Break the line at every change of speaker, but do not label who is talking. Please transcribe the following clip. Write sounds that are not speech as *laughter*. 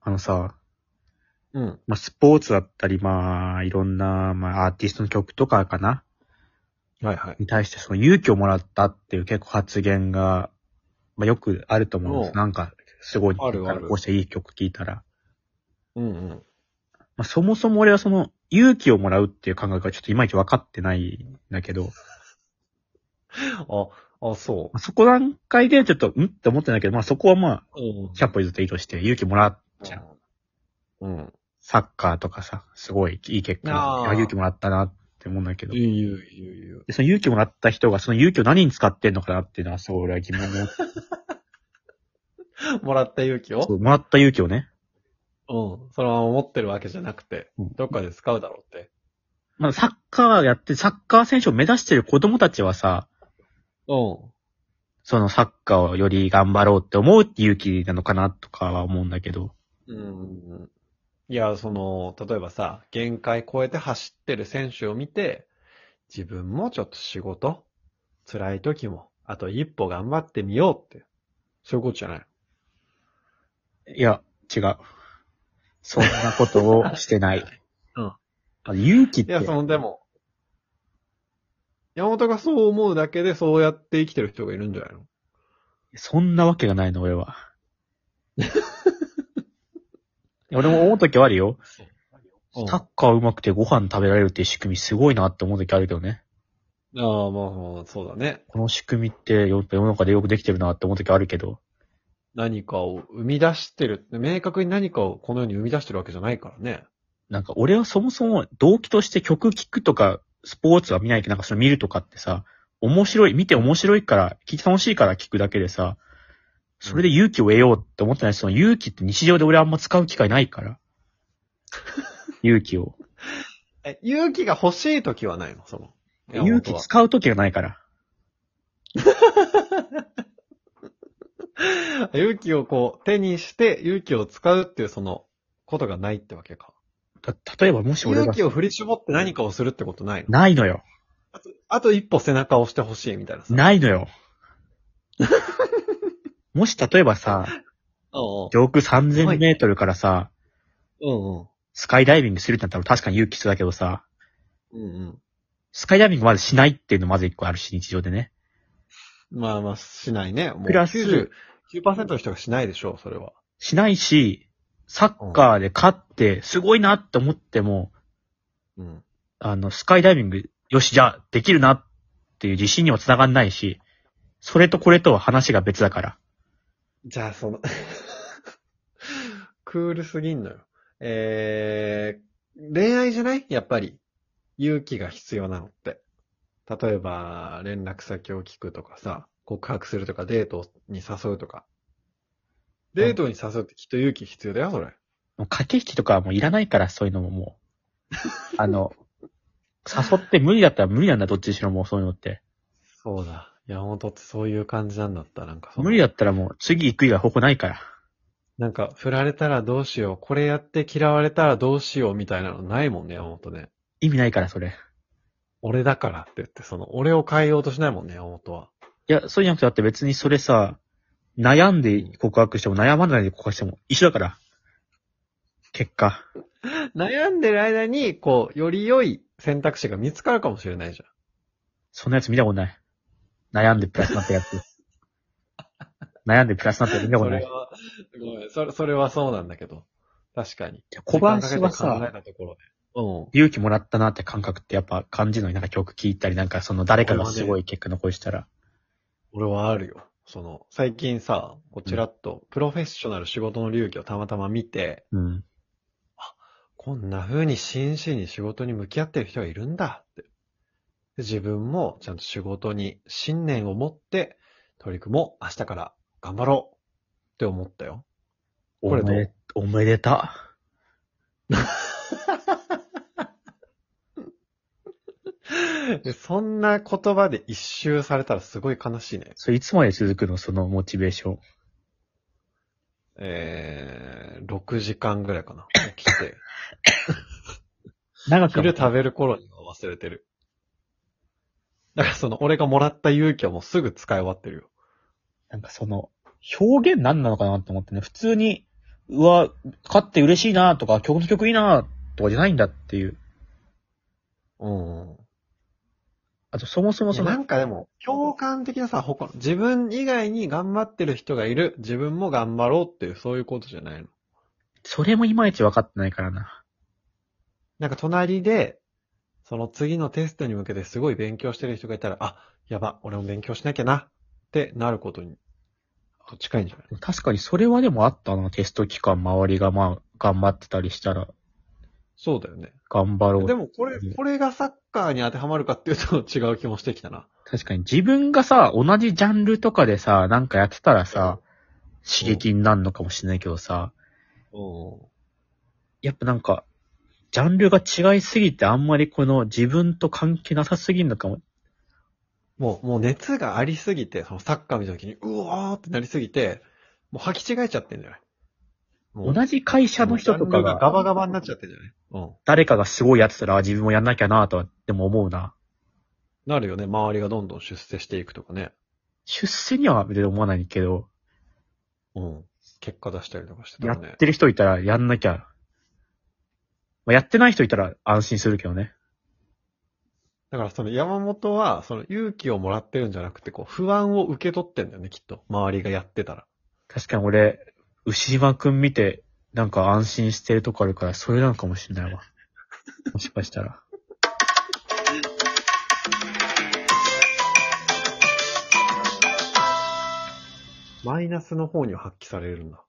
あのさ、
うん。
まあ、スポーツだったり、まあ、いろんな、まあ、アーティストの曲とかかな
はいはい。
に対して、その勇気をもらったっていう結構発言が、まあ、よくあると思うんで
う
す。
ん
なんか、すごい、
あるある
こうしたいい曲聴いたら。
うんうん。
まあ、そもそも俺はその、勇気をもらうっていう考えがちょっといまいち分かってないんだけど、
あ、あ、そ
まあ、そこ段階でちょっと、んって思ってないけど、まあ、そこはまあ、
う。うん。
100歩譲っていいとして、勇気もらっちゃう。
うん。
サッカーとかさ、すごいいい結果、
あー
あ勇気もらったなって思うんだけど。
言う言う言う言う。
で、その勇気もらった人が、その勇気を何に使ってんのかなっていうのは、すごい俺は疑問を。
もらった勇気を
そうもらった勇気をね。
うん。そのまま持ってるわけじゃなくて、
うん
どっかで使うだろうって。
まあ、サッカーやって、サッカー選手を目指してる子供たちはさ、
う
そのサッカーをより頑張ろうって思うって勇気なのかなとかは思うんだけど。
ん。うん。いや、その、例えばさ、限界超えて走ってる選手を見て、自分もちょっと仕事、辛い時も、あと一歩頑張ってみようって。そういうことじゃない。
いや、違う。そんなことをしてない。
*laughs* うん
あ。勇気っ
い
て。
や、その、でも、山本がそう思うだけでそうやって生きてる人がいるんじゃないの
そんなわけがないの、俺は。いや俺も思うときはあるよ。
うん
サッカー上手くてご飯食べられるっていう仕組みすごいなって思うときあるけどね。
ああ、まあまあ、そうだね。
この仕組みってやっぱ世の中でよくできてるなって思うときあるけど。
何かを生み出してる。明確に何かをこの世に生み出してるわけじゃないからね。
なんか俺はそもそも動機として曲聴くとか、スポーツは見ないけど、なんかその見るとかってさ、面白い、見て面白いから、聞いて楽しいから聞くだけでさ、それで勇気を得ようって思ってないし、その勇気って日常で俺あんま使う機会ないから。勇気を。
え、勇気が欲しい時は *laughs* ないのその。
勇気
山
使う時がないから。
本は勇気 *laughs* をこう、手にして勇気を使うっていうその、ことがないってわけか。
た、例えばもし俺
勇
が
気、を振り絞って何かをするってことないの
ないのよ。
あと一歩背中を押してほしいみたいなさ。い。
ないの
*laughs*
よ。もし例えばさ、
うん
上空3000メートルからさ、
うん。うん
スカイダイビングするってなったら確かに勇気必要だけどさ、
うん。うんうん。
スカイダイビングまずしないっていうのもまず一個あるし、日常でね。
まあまあ、しないね。もう
プラス
99%の人がしないでしょう、それは。
しないし、サッカーで勝って、すごいなって思っても、
うん。
あの、スカイダイビング、よし、じゃあ、できるなっていう自信にもつながんないし、それとこれとは話が別だから。
じゃあ、その、クールすぎんのよ。えー、恋愛じゃないやっぱり。勇気が必要なのって。例えば、連絡先を聞くとかさ、告白するとか、デートに誘うとか。デートに誘うってきっと勇気必要だよ、それ。
もう駆け引きとかはもういらないから、そういうのももう。あの、誘って無理だったら無理なんだ、どっちにしろもうそういうのって。
そうだ。山本ってそういう感じなんだった、なんか
無理だったらもう次行く以外方法ないから。
なんか、振られたらどうしよう、これやって嫌われたらどうしようみたいなのないもんね、山本ね。
意味ないから、それ。
俺だからって言って、その、俺を変えようとしないもんね、山本は。
いや、そうじゃなくて、だって別にそれさ、悩んで告白しても悩まないで告白しても一緒だから。結果。
*laughs* 悩んでる間に、こう、より良い選択肢が見つかるかもしれないじゃん。
そんなやつ見たことない。悩んでプラスになったやつ。悩んでプラスになったやつ見たこと
そ
ない。
れ
い
は、ごめん、それ、それはそうなんだけど。確かに。
や小林は
時
さ、
間かけて考えたところで。
勇気もらったなって感覚ってやっぱ感じるのになんか曲聴いたりなんかその誰かがすごい結果残したら。
うん。俺はあるよ。その、最近さ、こうちらっと、プロフェッショナル仕事の流儀をたまたま見て、
うん。
こんな風に真摯に仕事に向き合ってる人がいるんだって。で自分もちゃんと仕事に信念を持って取り組もう。明日から頑張ろうって思ったよ。
お
これどう
めで、おめでた。
でそんな言葉で一周されたらすごい悲しいね。
それいつまで続くのそのモチベーション。
えー、6時間ぐらいかな。起きて。
長く
昼食べる頃には忘れてる。だからその俺がもらった勇気はもうすぐ使い終わってるよ。
なんかその、表現何なのかなって思ってね、普通に、うわ、勝って嬉しいなとか、曲の曲いいなとかじゃないんだっていう。
うん。
あと、そもそも
い
そ
やな
の、
んかでも、共感的なさ、他の自分以外に頑張ってる人がいる、自分も頑張ろうっていう、そういうことじゃないの。
それもいまいち分かってないからな。
なんか隣で、その次のテストに向けてすごい勉強してる人がいたら、あ、やば、俺も勉強しなきゃな、ってなることに、と近いんじゃない
確かにそれはでもあったな、テスト期間周りがまあ、頑張ってたりしたら、
そうだよね。
頑張ろう。
でもこれ、これがサッカーに当てはまるかっていうと *laughs* 違う気もしてきたな。
確かに自分がさ、同じジャンルとかでさ、なんかやってたらさ、刺激になるのかもしれないけどさ、
うん。
やっぱなんか、ジャンルが違いすぎてあんまりこの自分と関係なさすぎるのかも。
もう、もう熱がありすぎて、そのサッカー見た時に、うわーってなりすぎて、もう吐き違えちゃってんじゃないもう
同じ会社の人とか
ジャンルガ
が、
バガバになっちゃってんじゃないうん。
誰かがすごいやってたら、あ自分もやんなきゃなとは、でも思うな。
なるよね。周りがどんどん出世していくとかね。
出世には別に思わないけど、
うん。結果出したりとかしてた
や
ら
っ
ね。
てる人いたらやんなきゃ。まあ、やってない人いたら安心するけどね。
だからその山本は、その勇気をもらってるんじゃなくて、こう、不安を受け取ってんだよね、きっと。周りがやってたら。
確かに俺、牛島くん見て、なんか安心してるとこあるから、それなのかもしれないわ。もしかしたら。
マイナスの方には発揮されるんだ。